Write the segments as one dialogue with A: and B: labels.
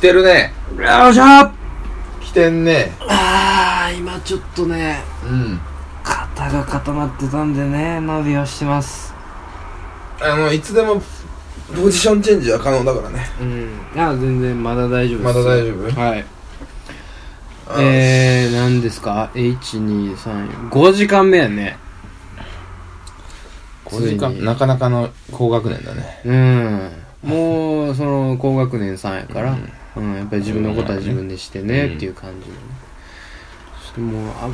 A: てるね。
B: よいしょあ
A: 来てんね。
B: あー今ちょっとね
A: うん。
B: 肩が固まってたんでね伸びをしてます
A: あの、いつでも、ポジションチェンジは可能だからね。
B: うんいや全然まだ大丈夫です
A: まだ大丈夫
B: はい
A: あ
B: えー、何ですか ?1235 時間目やね
A: これ
B: 時間
A: なかなかの高学年だね。
B: うんもうその高学年さんやから、うんやっぱり自分のことは自分でしてね、
A: うん
B: っていう感じでねちょっともうあ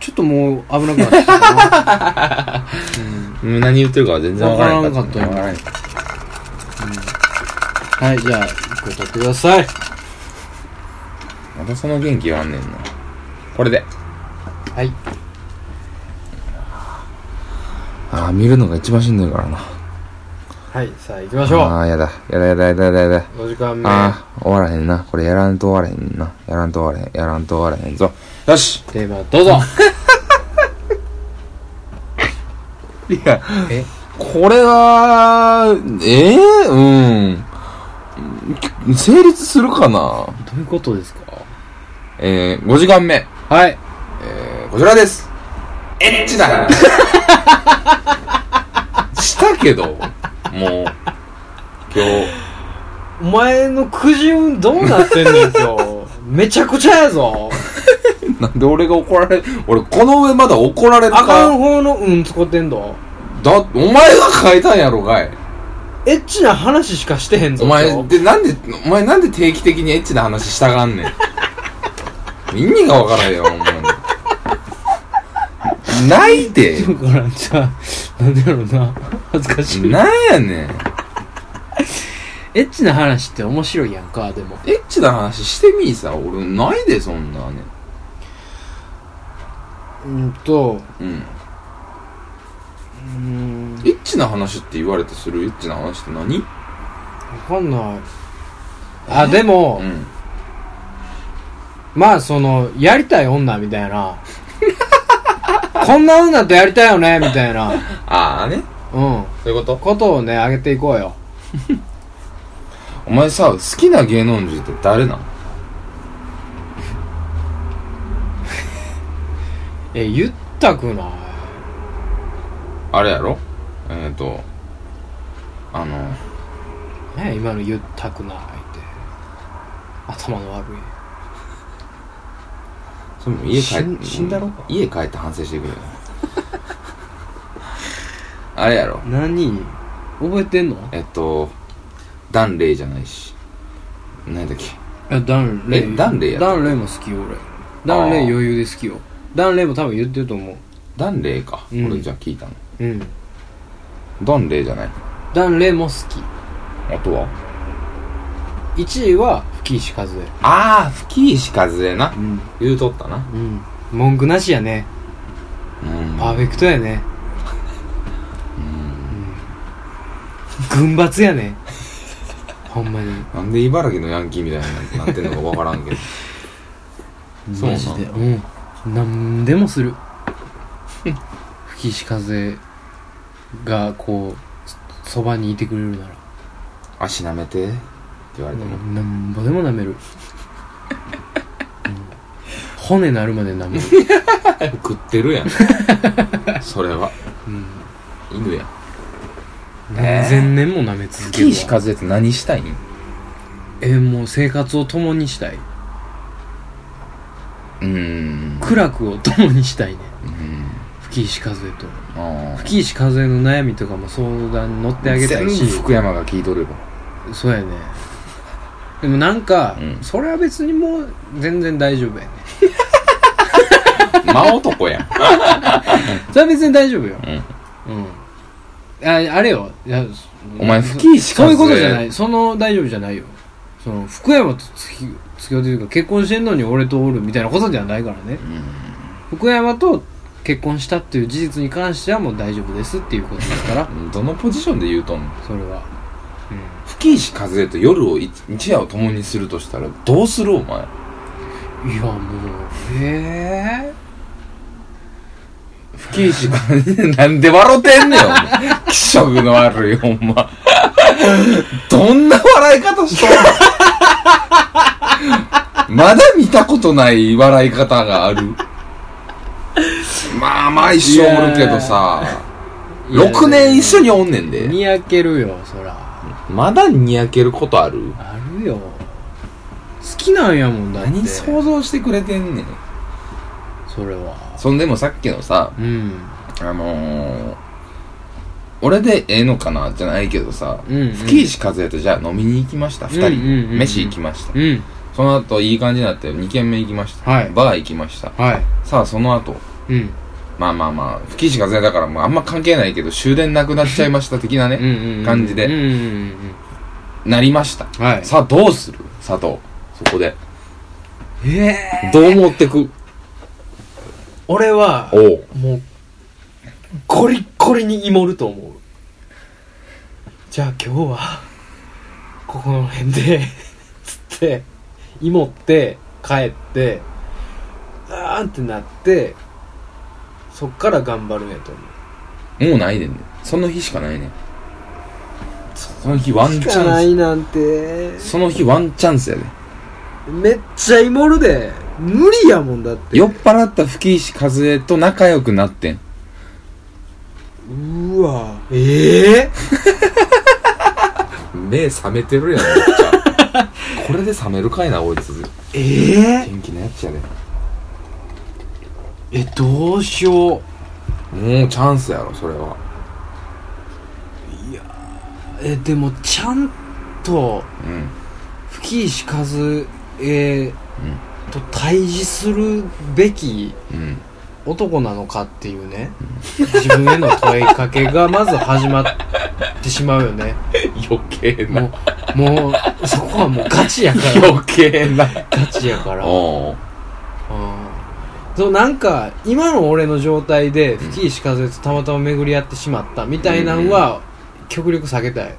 B: ちょっともう危なくなってきたな、うん
A: うん何言ってるかは全然わからんかった。
B: わからん
A: かっ
B: はいじゃあこれ取ってください
A: た。またその元気はあんねんな。これで。
B: はい
A: ああ、見るのが一番しんどいからな。
B: はいさあ行きましょ
A: ああ、やだ。やだやだやだやだやだ。
B: う5時間目
A: ああ、終わらへんな。これやらんと終わらへんな。やらんと終わらへん。やらんと終わらへんぞ。よし
B: テーマどうぞ
A: いや、
B: え
A: これは、ええうん。成立するかな
B: どういうことですか
A: えー、5時間目。
B: はい
A: えー、こちらです。エッチな話。 したけど、もう、今日。
B: お前の苦渋どうなってんねん今 日めちゃくちゃやぞ
A: なんで俺が怒られる俺、この上まだ怒られる
B: あかん
A: か。
B: 方のうん使ってんど
A: だ、お前が書いたんやろかい。
B: エッチな話しかして へんぞ
A: お
B: 今
A: 前、
B: 日
A: で、なんで、お前なんで定期的にエッチな話したがんねん。意味がわからんよ、お前。ないで。
B: だからじゃあなんでやろうな恥ずかしい
A: なんやねん。
B: エッチな話って面白いやんかでも
A: エッチな話してみいさ。俺、ないで、そんなね。
B: うんと
A: うん。
B: うん
A: エッチな話って言われてするエッチな話って何うん。
B: わかんないあでも、まあそのやりたい女みたいな こんな女とやりたいよねみたいな
A: ああね。
B: うん
A: そういうこと
B: ことをね上げていこうよ
A: お前さ、好きな芸能人って誰なの
B: え言ったくない
A: あれやろえっ、ー、と、あの、
B: ね今の言ったくないって頭の悪い
A: それも家帰っ
B: 死ん死んだろか
A: 家帰って反省してくれよあれやろ
B: 何覚えてんの
A: えっとダンレイじゃないし何だっけ
B: えダンレイ
A: えダンレイやった
B: ダンレイも好きよ俺ダンレイ余裕で好きよダンレイも多分言ってると思う
A: ダンレイか、
B: うん
A: 俺じゃあ聞いたの
B: うん
A: ダンレイじゃない
B: ダンレイも好
A: あとは
B: き1位は吹石和恵
A: ああ吹石和恵な
B: うん
A: 言うとったな
B: うん文句なしやね
A: うん
B: パーフェクトやねうん群抜やねほんまに
A: なんで茨城のヤンキーみたいになってんのかわから んけどそうな
B: マジでうんなんでもする吹きし風がこうそそばにいてくれるなら
A: 足舐めてって言われても、
B: うんなんぼでも舐める、うん骨なるまで舐める、
A: 食ってる やんそれは
B: うん、
A: 犬やん
B: 何千年も舐め続ける
A: 吹
B: わ
A: 石和恵って何したいん
B: えもう生活を共にしたいう
A: ーん
B: 苦楽を共にしたいね
A: うん
B: 吹石風と
A: あ
B: 吹石風の悩みとかも相談に乗ってあげたいし
A: 全部福山が聞いとるよ
B: そうやねでもなんか、
A: うん
B: それは別にもう全然大丈夫やね
A: 真男やん
B: それは別に大丈夫よ
A: うん
B: うんああれよいや
A: お前吹石
B: そういうことじゃないいその大丈夫じゃないよその福山と付き付き合うというか結婚してんのに俺とおるみたいなことではないからね福山と結婚したっていう事実に関してはもう大丈夫ですっていうことですから
A: どのポジションで言うとんの
B: それはうん
A: 吹石和恵と夜を一一夜を共にするとしたらどうするお前
B: いやもうええ
A: 吹石和恵なんで笑ってんねんお前気色の悪いほんまどんな笑い方しとんのまだ見たことない笑い方がある。まあまあ一生おるけどさ、
B: いや
A: 6年一緒におんねんで。
B: にやけるよそら
A: まだにやけることある
B: あるよ好きなんやもんだって
A: 何想像してくれてんねん。
B: それは
A: そんでもさっきのさ、
B: うん
A: あのー、俺でええのかなじゃないけどさ、
B: うんうん
A: 月石和也とじゃあ飲みに行きました、二人。
B: うんうんうんうん
A: 飯行きました。
B: うん
A: その後いい感じになって2軒目行きました。
B: はい
A: バー行きました。
B: は
A: さあその後、
B: いうん
A: まあまあまあ、吹き石風だから、まああんま関係ないけど、終電なくなっちゃいました的な
B: うん
A: ね、
B: うんうん
A: 感じで
B: うんうんうん
A: なりました。
B: うんはい
A: さあどうする佐藤。そこで。
B: ええ
A: どう持ってく
B: 俺は
A: おう。
B: もうゴリッゴリに芋ると思うじゃあ今日はここの辺で つって芋って帰ってあーんってなってそっから頑張るんやと思う
A: もうないねんね。その日しかないねん。その日ワンチ
B: しかな
A: ャン
B: いなんて
A: ス。その日ワンチャンスやで。
B: めっちゃ芋るで無理やもんだって
A: 酔っ払った吹石和江と仲良くなってん。
B: うーわええ
A: 目覚めてるやん、めっちゃ。 これで覚めるかいな、こいつ。
B: ええ
A: 元気なやつやで。
B: えどうしよう
A: もうチャンスやろ、それは。
B: えでもちゃんと
A: うん。
B: 吹石和恵と対峙するべき
A: うん。
B: 男なのかっていうね自分への問いかけがまず始まってしまうよね
A: 余計な。
B: もうもうそこはもうガチや から
A: 余計な。
B: ガチやからうん
A: おう
B: そうなんか今の俺の状態で吹石和恵とたまたま巡り合ってしまったみたいなんは極力避けたい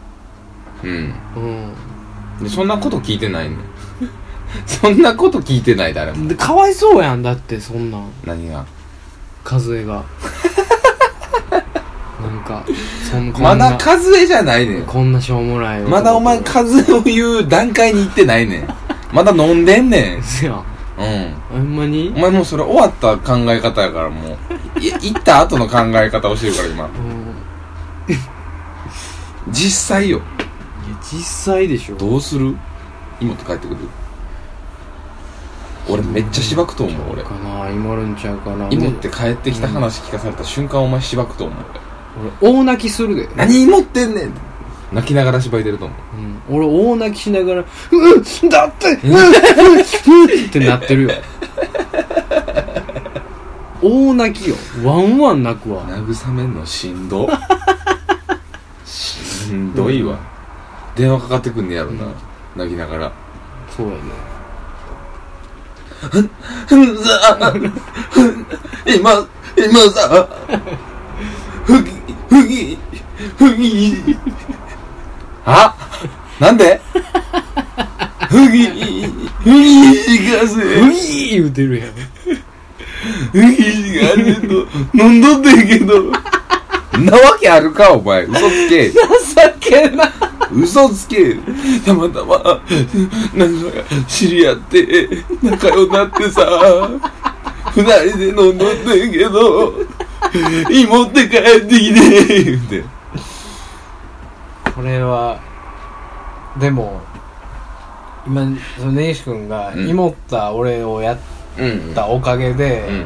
A: うん。
B: うん
A: でそんなこと聞いてないね そんなこと聞いてない誰も
B: でかわいそうやんだってそんなん
A: 何が
B: 和江が なんかそんこんな
A: まだ和江じゃないねん
B: こんなしょうもない
A: まだお前
B: か
A: 和江を言う段階に行ってないねんまだ飲んでんねんうん
B: やんほんまに
A: お前もうそれ終わった考え方やからもういや行った後の考え方をしてるから今
B: うん
A: 実際よ
B: いや実際でしょ
A: どうする今って帰ってくる俺めっちゃしばくと思う俺
B: かな今るんちゃうかな
A: 芋って帰ってきた話聞かされた瞬間お前しばくと思う
B: 俺大泣きするで、
A: 何芋ってんねんって泣きながらしばいてると思う
B: うん、俺大泣きしながら「うんだってうんうんうん」ってなってるよ大泣きよワンワン泣くわ
A: 慰めんのしんどしんどいわ、電話かかってくんねやろな、
B: うん
A: 泣きながら
B: そうやね
A: 「ふんざふん今今さふぎふぎふぎ」あなんでふぎふぎがせ
B: 「うい!」言うてるやん
A: ふぎがせと飲んどってんけどなわけあるかお前嘘つけ
B: 情けな
A: 嘘つけたまたまなんか知り合って仲良くなってさ二人で飲んどってんけど芋って帰ってきて言うて
B: これはでも今その根岸君が
A: うん
B: イモった俺をやっ
A: うん
B: たおかげで、
A: うん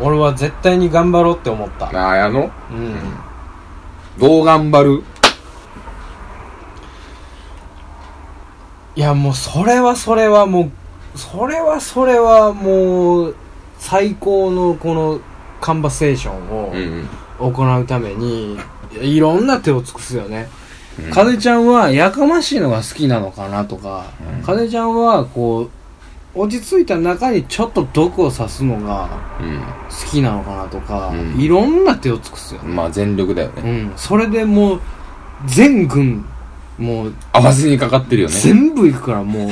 B: 俺は絶対に頑張ろうって思った
A: ああやの
B: うん、
A: どう頑張る
B: いやもうそれはそれはもうそれはそれはもう最高のこのカンバセーショ
A: ん
B: ンを行うためにいいろんな手を尽くすよね
A: うん
B: 風ちゃんはやかましいのが好きなのかなとか、
A: うん
B: 風ちゃんはこう落ち着いた中にちょっと毒を刺すのが
A: う
B: 好きなのかなとか、
A: うん
B: いろんな手を尽くすよね、
A: んまあ全力だよ
B: う
A: ね
B: ん、それでもう全軍もう
A: 合わせにかかってるよね
B: 全部いくからもう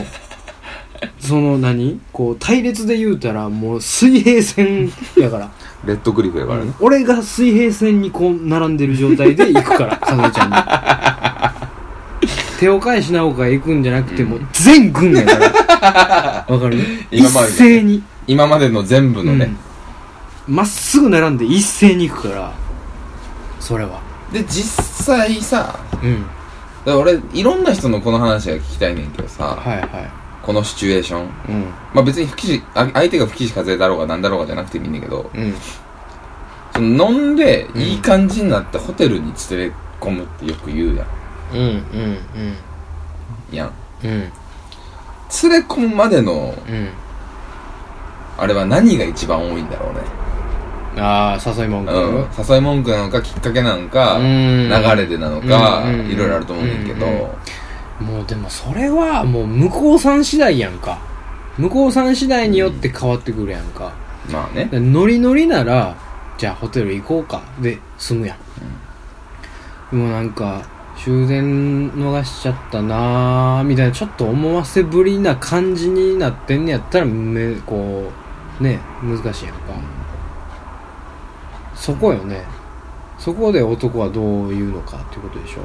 B: その何こう隊列で言うたらもう水平線やから
A: レッドクリフやからね
B: 俺が 水平線にこう並んでる状態で行くからかずえちゃんに手を返しなおか行くんじゃなくて、もう全軍やから。わか る
A: 今
B: 一
A: まで
B: 斉に。
A: 今までの全部のね、
B: うんまっすぐ並んで一斉に行くから、それは。
A: で実際さ
B: うん。
A: だから俺いろんな人のこの話が聞きたいねんけどさ
B: はいは
A: このシチュエーション
B: い。うん。
A: まあ別に不起死あ相手が不起死風だろうがなんだろうがじゃなくてもいいんだけど
B: うん。
A: その飲んでいい感じになってホテルに連れ込むってよく言うや
B: うん。うん。
A: んやん
B: うん。うん。
A: 連れ込むまでの
B: うん。
A: あれは何が一番多いんだろうね
B: ああ、誘い文句。
A: うん誘い文句なのかきっかけなのか
B: うん
A: 流れでなのか
B: うんうん
A: いろいろあると思うねんだけど
B: うんうんもうでもそれはもう向こうさん次第やんか。向こうさん次第によって変わってくるやんか。
A: まあね
B: でノリノリなら、じゃあホテル行こうか。で、済むやん。もうなんか、終電逃しちゃったなーみたいな、ちょっと思わせぶりな感じになってんねやったら、め、こう、ね、難しいやんか。そこよね。そこで男はどう言うのかっていうことでしょ。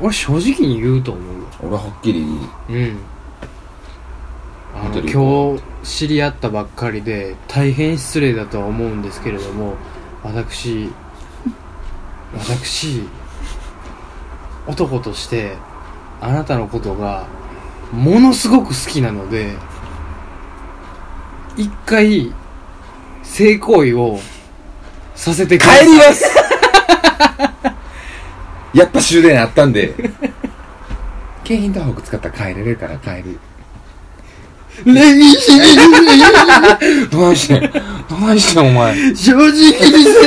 B: 俺正直に言うと思うよ。
A: 俺ははっきり
B: うんあ
A: ホ
B: の
A: テル行
B: 今日知り合ったばっかりで大変失礼だとは思うんですけれども私私男としてあなたのことがものすごく好きなので一回性行為をさせてください
A: 帰ります やっぱ終電あったん で京浜東北使ったら帰れるから帰る
B: レミシ
A: どないしてんどないしてんお前
B: 正直に性行為しようっ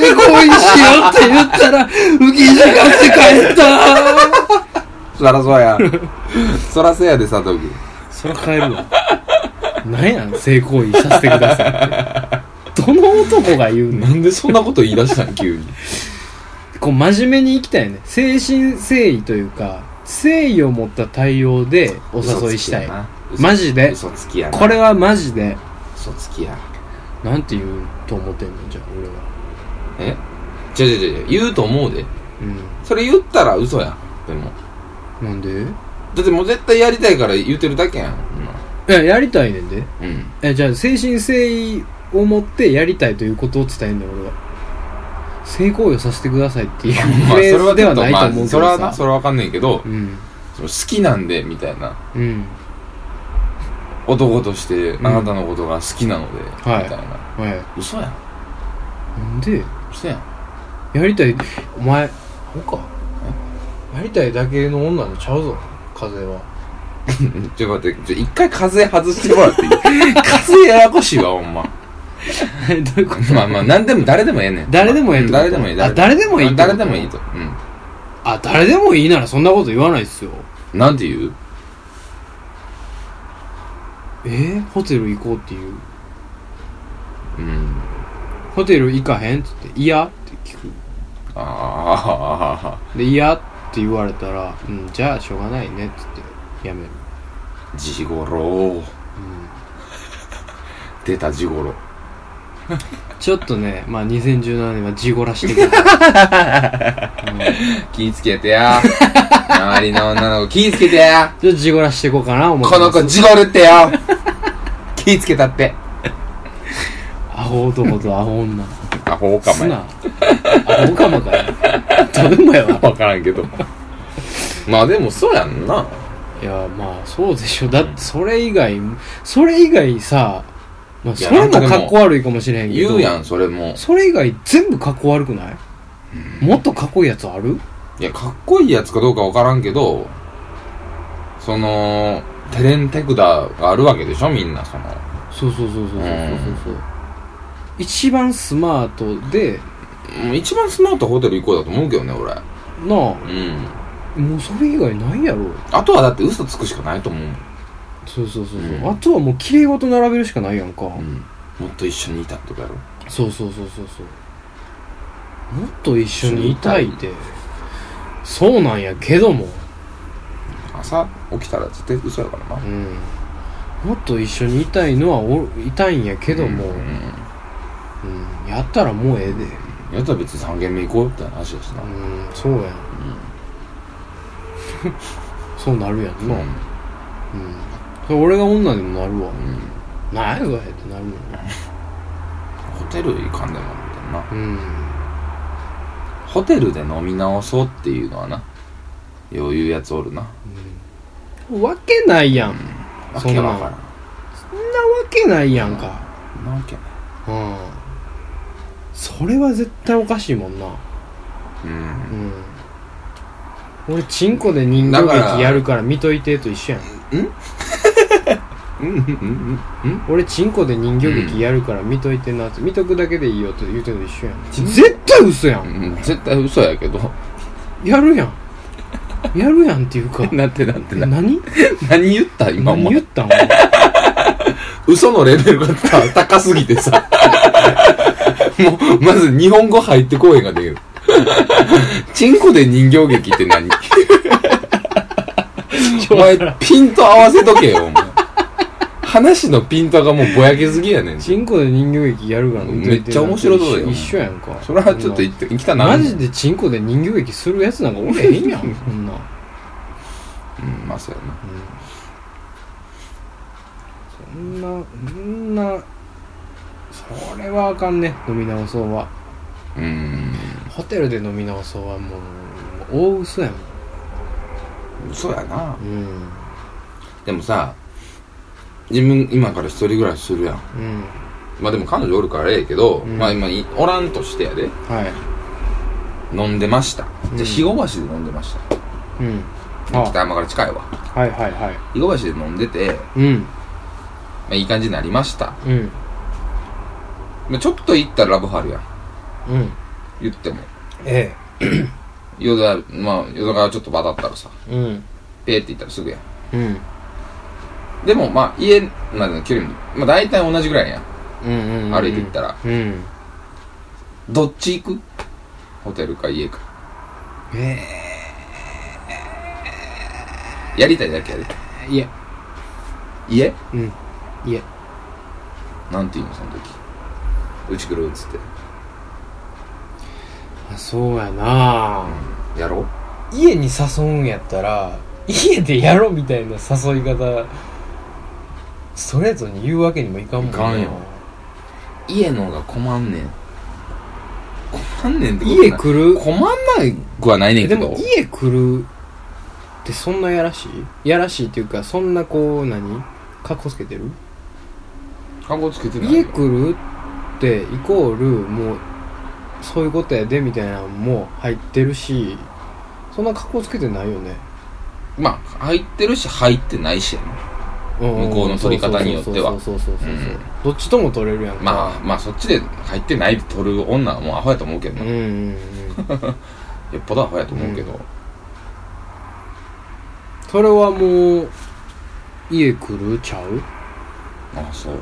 B: て言ったら浮きじゃがって帰った
A: そらそうやそらそうやで佐藤君
B: そら帰るわ何やん性行為させてくださいってどの男が言うね
A: なんでそんなこと言い出したん急に
B: んこう真面目に生きたいね精神誠意というか誠意を持った対応でお誘いしたいマジで
A: 嘘つきやな
B: これはマジで
A: 嘘つきや
B: なんて言うと思ってんのじゃあ俺は
A: え違う違う違う言うと思うで
B: う
A: それ言ったら嘘やんでも
B: んなんで
A: だってもう絶対やりたいから言うてるだけやん
B: いややりたいねんで
A: うん
B: えじゃあ精神誠意を持ってやりたいということを伝えるんだよ俺は性行為をさせてくださいって いうフレーズではないと思うけ
A: それは
B: ど
A: なそ
B: さ
A: れは分かんないけど
B: うん
A: その好きなんでみたいな
B: うん
A: 男としてあなたのことが好きなので、みた
B: はい
A: いな、
B: は
A: 嘘やん
B: いなんで
A: 嘘やん
B: やりたいお前ほかやりたいだけの女のちゃうぞ風 は
A: ちょっと待ってちょ一回風外してもらっていい 風ややこしいわほんま
B: どういうこと
A: まあまあ何でも誰でもええねん
B: 誰でもええっ
A: う
B: て
A: ん
B: こ
A: 誰で
B: と
A: もいい
B: あ誰でもいいってこ
A: 誰
B: と
A: でもいいとうん
B: あ誰でもいいならそんなこと言わないっすよ
A: なんて言う
B: えー、ホテル行こうっていう
A: うん
B: ホテル行かへんって言って「いや」って聞く
A: ああ
B: で「いや」って言われたら「うんじゃあしょうがないね」って言ってやめる
A: 地頃出た地頃
B: ちょっとね、まあ、2017年は地ごらしてくる。
A: 気ぃつけて や周りの女の子気ぃつけてや
B: ちょっと地ごらしていこうかな、思って
A: こ
B: ま
A: の
B: す。
A: 子地頃ってよ気ぃつけたって
B: アホ男とアホ女。
A: アホか
B: す
A: も
B: な
A: や。
B: アホかもかよ。どうでもやわ。
A: 分からんけ どまあでもそうやんない
B: や、まあ、そうでしょ。だって、それ以外、それ以外さ、まあ、
A: いや
B: それも
A: なんかで
B: かっ
A: も
B: こ悪いかもしれへんけど。
A: 言うやんそれも
B: それ以外全部かっこ悪くないもっとかっこいいやつある
A: いやかっこいいやつかどうか分からんけどそのテレンテクダがあるわけでしょみんなその
B: そうそうそうそうそうそうそう。一番スマートで、
A: うん一番スマートホテル行こうだと思うけどね俺
B: なあ、
A: うん
B: もうそれ以外ないやろ。
A: あとはだって嘘つくしかないと思うもん、
B: そうそうそうそ
A: う
B: う、
A: ん
B: あとはもう綺麗事並べるしかないやんか、
A: うん、もっと一緒にいたとかやろ
B: そうそうそうそうそうもっと一緒にいたいってそうなんやけども
A: 朝起きたら絶対嘘やからな
B: うんもっと一緒にいたいのはおいたいんやけども、う
A: うん
B: んやったらもうええで
A: やったら別に3軒目行こうって話だしな
B: うんそうやん、 そうなるやん
A: う
B: な、
A: ん
B: うんそれ俺が女でもなるわ
A: うん
B: なんやそれってなるもんな
A: ホテル行かんでもみたいな
B: うん
A: ホテルで飲み直そうっていうのはな余裕やつおるな
B: わけないやん
A: わ
B: そ
A: け
B: んな
A: わからん
B: そんなわけないやんか
A: そんなわけない
B: うんそれは絶対おかしいもんな
A: うん
B: うん俺チンコで人形劇やるから見といてと一緒やん
A: うんうんうん
B: 俺チンコで人形劇やるから見といてなって見とくだけでいいよと言うてんの一緒やん
A: チンコ
B: 絶対嘘や
A: うんん絶対嘘やけど
B: やるやん やるやんっていうか
A: なんてなんてな
B: 何
A: 何言った今お
B: 何言
A: 前
B: ったんお前
A: 嘘のレベルがさ高すぎてさもうまず日本語入ってこうへんができるチンコで人形劇って何お前ピント合わせとけよお前話のピントがもうぼやけすぎやねん
B: チンコで人形劇やるから見といてなて
A: めっちゃ面白そうやん
B: 一緒やんか
A: それはちょっと言って行きたな
B: マジでチンコで人形劇するやつなんかおれへ んやんそんな
A: うんまあそうやな
B: そんなそんなそれはあかんね飲み直そうは
A: うん
B: ホテルで飲み直そうはもう大嘘やも
A: 嘘やなん
B: うん
A: でもさ自分今から一人暮らしするやん
B: うん
A: まあでも彼女おるからええけど、
B: うん
A: まあ今いおらんとしてやで
B: はい
A: 飲んでました
B: うん
A: じゃあ肥後橋で飲んでました
B: うん
A: 北山から近いわ
B: はいはいは
A: 肥後橋で飲んでて、ま
B: いうん
A: あ、いい感じになりました、
B: うん
A: まあ、ちょっと行ったらラブハルやん
B: うん
A: 言っても
B: え
A: 淀川まあ淀川ちょっとバタったらさ
B: えうん
A: ペーって行ったらすぐや
B: うん
A: んでもまあ家までの距離も、まあ、大体同じぐらいやん
B: うんうんうん
A: 歩いて行ったら
B: うん
A: どっち行くホテルか家か
B: え
A: やりたいだけやで
B: えいや
A: 家
B: うんいや
A: なんて言うのその時うち来るっつって
B: あそうやな
A: やろう
B: 家に誘うんやったら家でやろみたいな誘い方ストレートに言うわけにもいかんもんない
A: かんよ家の方が困んねん困んねんってことない
B: 家来る
A: 困んないくはないねん
B: で
A: けど
B: も家来るってそんなやらしいやらしいっていうかそんなこう何かっこつけてる
A: カゴつけてない
B: 家来るってイコールもうそういうことやでみたいなのも入ってるしそんなかっこつけてないよね
A: まあ入ってるし入ってないしやな
B: 向
A: 向こうの取り方によっては
B: そうそうそうそうそうそう
A: うん
B: どっちとも取れるやんか
A: まあまあそっちで入ってないで取る女はもうアホやと思うけど
B: うん
A: な、
B: う
A: よ
B: んうん
A: っぽどアホやと思うけど、
B: それはもう家来るちゃう
A: ああそう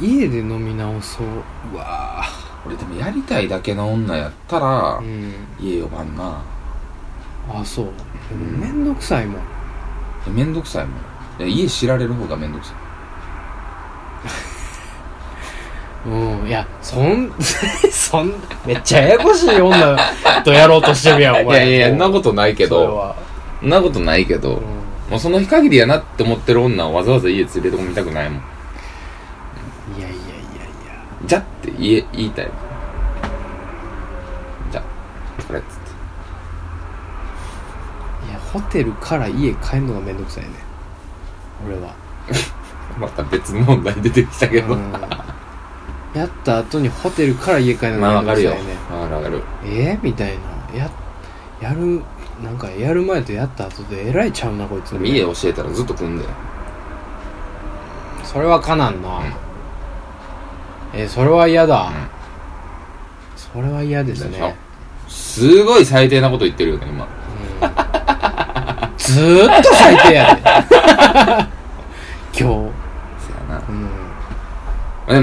B: 家で飲み直そううわ
A: 俺でもやりたいだけの女やったら
B: ーうん
A: 家呼ばんな
B: あそうでも
A: うん
B: めんどくさいも
A: い
B: ん
A: やめんどくさいもんいや家知られる方がめんどくさい
B: うん、いや、そん、 そん、めっちゃややこしい女とやろうとしてるやん、
A: い
B: お
A: や
B: 前。
A: いやいや、んなことないけ
B: それ
A: ど、
B: は
A: んなことないけど、
B: う
A: も
B: ん
A: うその日限りやなって思ってる女をわざわざ家連れてこみたくないもん。
B: いやいやいやい
A: じゃって言え、言いたいもん。じゃ、これっつって。
B: や。いや、ホテルから家帰るのがめんどくさいね。俺は。
A: また別の問題出てきたけど。
B: うんやった後にホテルから家帰るの
A: まあ
B: が
A: わ
B: めん
A: かる
B: どく
A: よ
B: さいね。。
A: まあわかる。
B: えーみたいな。や、やる、なんかやる前とやった後でえらいちゃうな、こいつ。
A: 家教えたらずっと組んで。
B: それはかなんな。
A: うん
B: えーそれは嫌だ。
A: うん
B: それは嫌ですね。
A: すごい最低なこと言ってるよね、今。
B: ずーっと最低 やで今
A: そやな
B: 日、うん、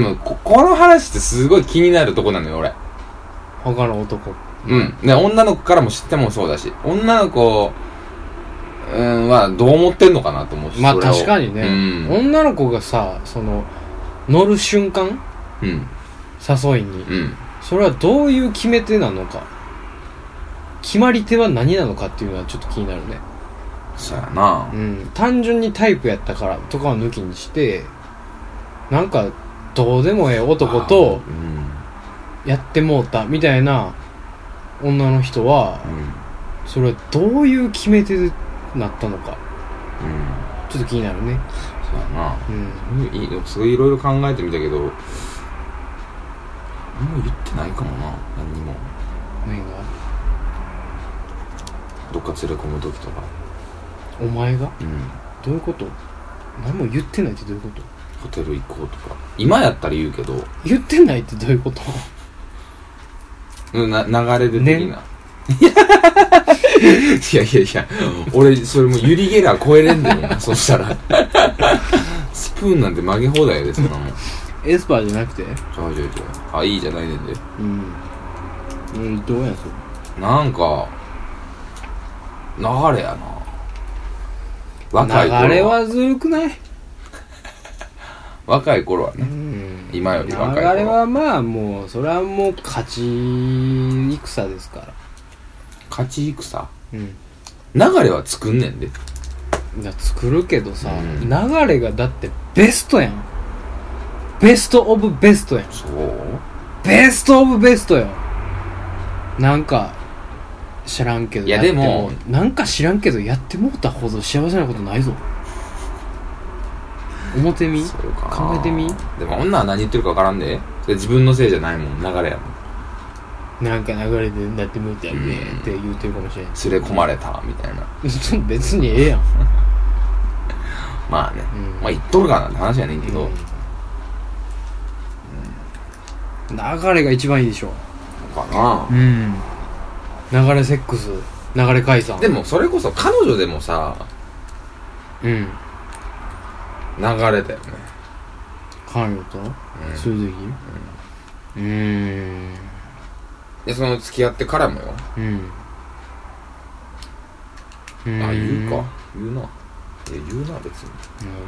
A: でもこ、この話ってすごい気になるとこなのよ、俺。
B: 他の男
A: うん。で、女の子からも知ってもそうだし、女の子、うん、は、どう思ってんのかなと思うし。
B: まあ
A: それを
B: 確かにね、
A: うん。
B: 女の子がさその乗る瞬間
A: うん。
B: 誘いに
A: うん。
B: それはどういう決め手なのか決まり手は何なのかっていうのはちょっと気になるね
A: そうやな
B: うん単純にタイプやったからとかは抜きにしてなんかどうでもええ男と
A: うん
B: やってもうたみたいな女の人は
A: うん
B: それはどういう決め手でなったのか
A: うん
B: ちょっと気になるね
A: そうやな
B: うん
A: いいすごいいろいろ考えてみたけどもう言ってないかもな何にも
B: 何が
A: どっか連れ込む時とか
B: お前が
A: うん
B: どういうこと何も言ってないってどういうこと
A: ホテル行こうとか今やったら言うけど
B: 言ってないってどういうこと
A: うんな流れで的 な、い
B: ね
A: やいやいや俺それもうユリ・ゲラー超えれんでもんそしたらスプーンなんて曲げ放題やでそんなもんち
B: エスパーじゃなくて
A: ょいちょいちょいあいいじゃないねんで
B: うん、うん、どうやそれ
A: なんか流れやな若い頃
B: 流れはずるくない、
A: 若い頃はね
B: ん
A: 今より若い頃
B: 流れはまあもうそれはもう勝ち戦ですから
A: 勝ち戦
B: うん
A: 流れは作んねんで
B: じゃ作るけどさ、
A: うん
B: 流れがだってベストやんベストオブベストやん
A: そう
B: ベストオブベストよなんか知らんけど
A: いや
B: って
A: でも
B: うなんか知らんけどやってもうたほど幸せなことないぞ思ってみ
A: そうかな
B: 考えてみ
A: でも女は何言ってるか分からんでそれ自分のせいじゃないもん流れやもん
B: なんか流れでなってもうたよね
A: うん
B: って言うてるかもしれん
A: 連れ込まれたみたいな
B: そん 別にええやん
A: まあね、
B: うん
A: まあ言っとるかなって話やねんけど、
B: 流れが一番いいでしょ
A: かな、
B: ん流れセックス流れ解散
A: でもそれこそ彼女でもさ
B: うん
A: 流れだよね
B: 彼女とそういう時うーん
A: でその付き合ってからもよ、
B: うん
A: あ言うか
B: ん
A: 言うないや言うな別に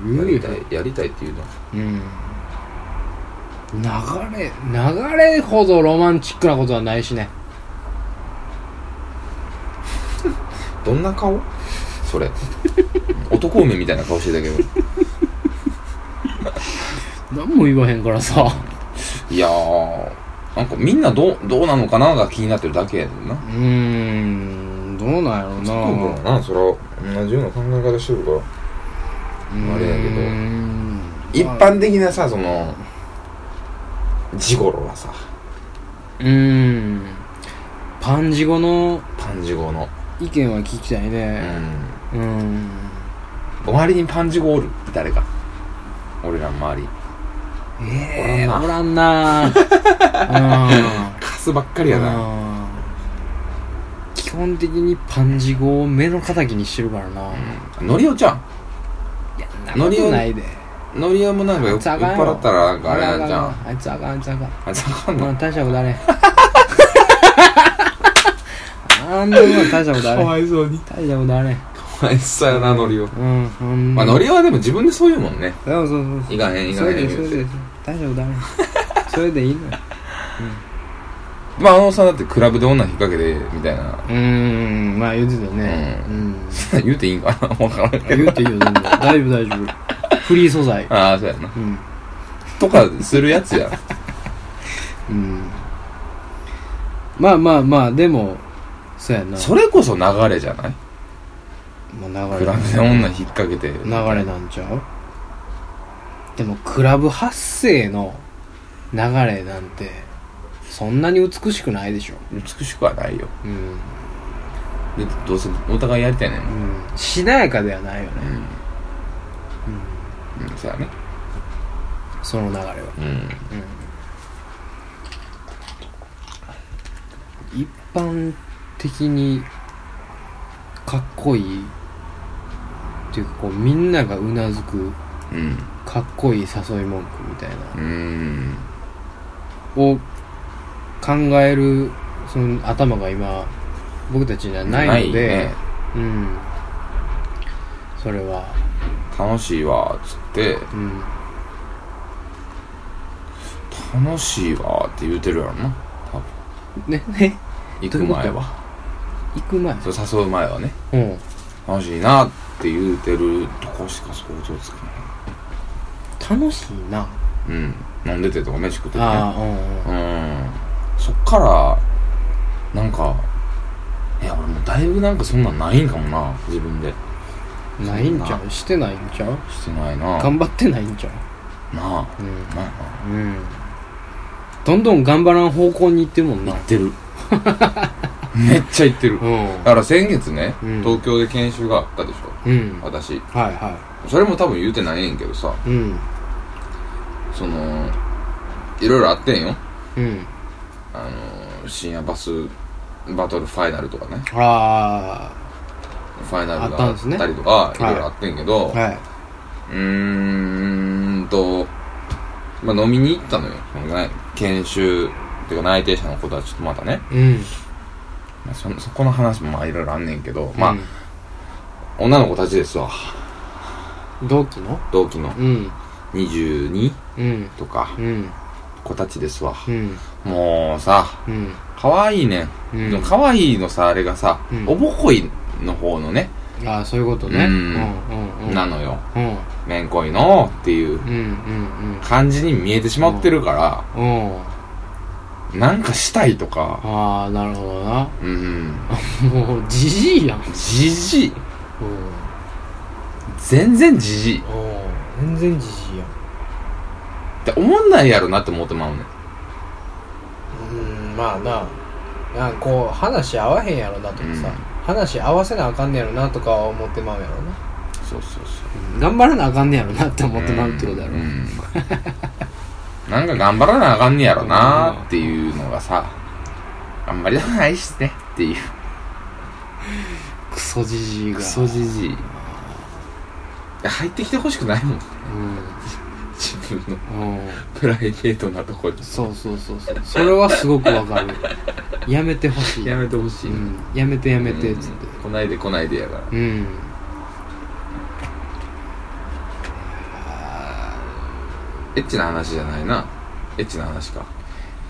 B: 言う
A: やり
B: よ
A: たいやりたいって言うな
B: うん流れ流れほどロマンチックなことはないしね
A: どんな顔それ うん男梅みたいな顔してたけど
B: 何も言わへんからさ
A: いやー、なんかみんなどう、どうなのかなが気になってるだけやねんな。
B: うーんどうなんやろう
A: そう
B: な
A: だな、それは同じような考え方してるから。あれやけど
B: うーん
A: 一般的なさ、その、ジゴロはさ、
B: うーんパンジゴの
A: パンジゴの。
B: 意見は聞きたいうね
A: ん。
B: うん
A: 周りにパンジゴおる誰か。俺らの周り。
B: ええ
A: お
B: おらんなうん
A: カスばっか りやな。
B: うん基本的にパンジゴを目の敵にしてるからな、
A: うんのりおちゃん。
B: いやそんなことないで
A: のりおもなんかよ
B: あ
A: 酔っ
B: つあかんよ
A: 払ったらなんかあれなんじゃん。
B: あいつあかんあいつあかん
A: あ、ざかん
B: ま
A: の
B: あ大したこ とあれへんあんなもん大したことあれへん
A: いそうに。
B: 大したことあれへん
A: かわいそうやな、のりお。
B: うんほん
A: まあ、
B: ま
A: のりおはでも自分でそういうもんね。
B: そうそうそう
A: いかへん、い
B: そ
A: か
B: れ
A: へん
B: でそ
A: 言
B: れ
A: うて
B: で。大丈 夫だねそれでいいのよ
A: まあ、あのさ、だってクラブで女引っ掛けて、みたいな。
B: うーんまあ言うてたよ
A: ね
B: うん
A: 言うていいんかな分からんけど。
B: 言うていいよ全然大丈夫大丈夫フリー素材
A: ああ、そうやな。
B: うん
A: とかするやつや。
B: うんまあまあまあでもそうやな
A: それこそ流れじゃない
B: まあ
A: ク
B: 流れ
A: ラブで女引っ掛けて。
B: 流れなんちゃうでもクラブ発生の流れなんてそんなに美しくないでしょ
A: 美しくはないよ。
B: うん、
A: で、どうせお互いやりたいねん。う
B: うん、しなやかではないよね、
A: ん。うん、そうやね。
B: その流れは
A: うん。
B: 一般的にかっこいいっていうかこうみんながうなずく
A: うん。
B: かっこいい誘い文句みたいな
A: うん。
B: を考えるその頭が今僕たちにはないので
A: ね。
B: うん、それは、
A: 楽しいわ、つって、
B: うん、
A: 楽しいわ、って言うてるやろな。多分
B: ねね
A: 行く前は。
B: 行く前
A: それ誘う前はね
B: うん
A: 楽しいなって言うてるとこしか想像つか
B: 楽しいな
A: ないうん飲んでてとか飯食っててね
B: ああうんうん
A: うんそっからなんかいや俺もうだいぶなんかそんなんないんかもな自分で
B: ないんちゃうしてないんちゃう
A: してないなな
B: 頑張ってないんちゃ
A: あ
B: ううん
A: な
B: うんどんどん頑張らん方向に行ってるもん
A: あ行
B: な
A: ってる めっちゃ行ってる
B: うん
A: だから先月ね、
B: うん
A: 東京で研修があったでしょ
B: うんはい
A: 私
B: は
A: それも多分言うてないねんけどさ
B: いうん
A: そのいろいろあってんよ
B: うん
A: あの深夜バスバトルファイナルとかね
B: あ
A: ファイナルが
B: あ
A: あ
B: ったんです
A: っ
B: ね
A: たりとか、
B: い
A: いろいろあってんけど、
B: あは
A: うーんと、まあ、飲みに行ったのよ。そのね研修、っていうか内定者の子たちとまたね。
B: いうん
A: まあそそこの話もまあいろいろあんねんけど、まあ、女の子たちですわ。
B: あ同期の
A: 同期の
B: うん
A: 22
B: うん
A: とか
B: う、ん
A: 子たちですわ。
B: うん
A: もうさ、
B: うん
A: 可愛いねん。
B: うん
A: でも可愛いのさ、あれがさ、
B: うん
A: おぼこいの方のね、
B: ああそういうことね
A: う
B: うんんうんうん
A: なのよ。
B: うん
A: めんこいのっていう
B: うんうん
A: 感じに見えてしまってるから、
B: うんうん
A: なんかしたいとか、
B: ああなるほどな
A: うん、
B: もうじじいやん
A: じじい。
B: うん
A: 全然じじいっ
B: 全然じじいやん
A: て思んないやろなって思ってまうねん
B: うんまあななんかこう話合わへんやろなとかさ、
A: うん
B: 話合わせなあかんねやろなとかは思ってまうやろな
A: そうそうそう
B: 頑張らなあかんねやろなって思ってまうってことやろ
A: んん なんか頑張らなあかんねやろなーっていうのがさ頑張りたくないしねっていう
B: クソじじいが
A: クソじじい入ってきてほしくないもん自分の
B: うん、うん、
A: プライベートなとこに
B: そうそうそうそうそれはすごくわかるやめてほしい
A: やめてほしい、
B: うん、やめてやめてっつっ
A: うん来ないで来ないでやから
B: てうん
A: エッチな話じゃないなエッチな話か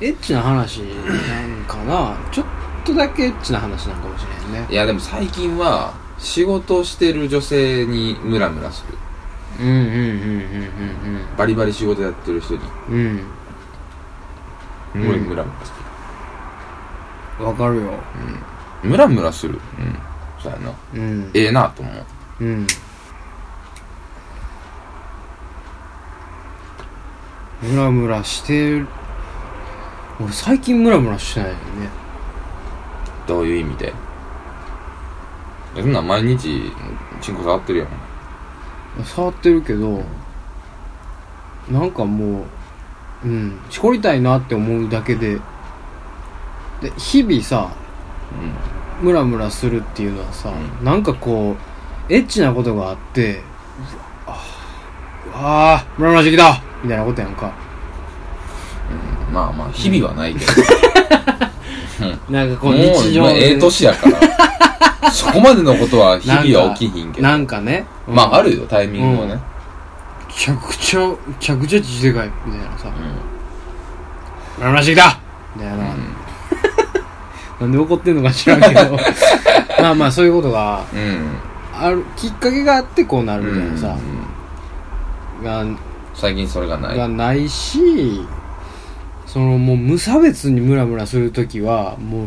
B: エッチな話なんかなちょっとだけエッチな話なんかもしれへんね
A: いやでも最近は仕事してる女性にムラムラする
B: うんうんうんうんうん
A: バリバリ仕事やってる人に
B: うん
A: すごいムラムラする、
B: うんわかるよ
A: ムラムラするうんそうやな
B: うん
A: ええなと思う
B: うんムラムラしてる俺最近ムラムラしてないよね
A: どういう意味でえそんなん毎日チンコ触ってるやん
B: 触ってるけどなんかもううんしこりたいなって思うだけでで日々さムラムラするっていうのはさ、
A: う
B: なんかこうエッチなことがあってうわあームラムラしてきたみたいなことやんか
A: うん、うん、まあまあ日々はないけど、
B: なんか
A: もうもうええ年やから そこまでのことは日々は起きひんけど
B: なんかね、
A: まあある
B: よ
A: よタイミングはね
B: めちゃくちゃめちゃくちゃ自でかいみたいなさ
A: うん、
B: 「ラムラしてきた!」みたいな、なんで怒ってんのか知らんけど まあまあそういうことが
A: うん
B: あるきっかけがあってこうなる
A: う
B: みたい
A: ん、
B: なさ、
A: うん
B: が
A: 最近それがない
B: がないしそのもう無差別にムラムラする時はも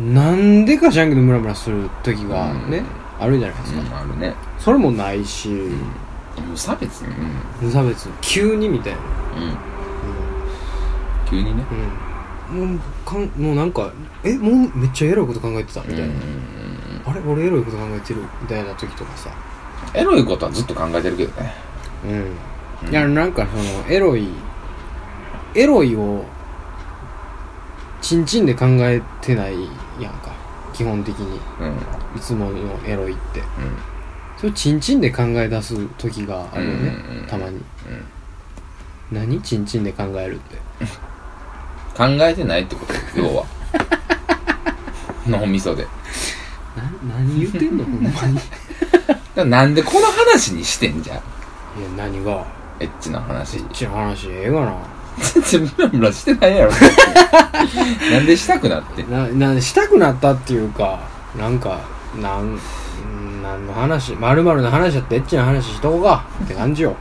B: うなんでか知らんけどムラムラする時がね、あるじゃないです
A: う
B: か、
A: ん、あるね
B: それもないし、
A: 無差別にう
B: 無差別に急にみたいな、
A: ん、うん、急にね
B: うん、もうかんもうなんかえもうめっちゃエロいこと考えてたみ
A: う
B: た
A: んう
B: い
A: ん
B: な、
A: うん
B: あれ俺エロいこと考えてるみたいな時とかさ
A: エロいことはずっと考えてるけどね
B: うんいやなんかそのエロいエロいをチンチンで考えてないやんか基本的に
A: うんうん
B: いつものエロいってそれチンチンで考え出す時があるよね
A: うんうん
B: たまに何チンチンで考えるって
A: 考えてないってこと要は 脳みそでだか
B: な何言ってんのほんまに い
A: らなんでこの話にしてんじゃん
B: や何が
A: エッチな話
B: エッチな話ええがな
A: 全然ムラムラ してないやろなんでしたくなって
B: ななしたくなったっていうかなんかなんなんの話まるの話だってエッチな話しとこうかって感じよ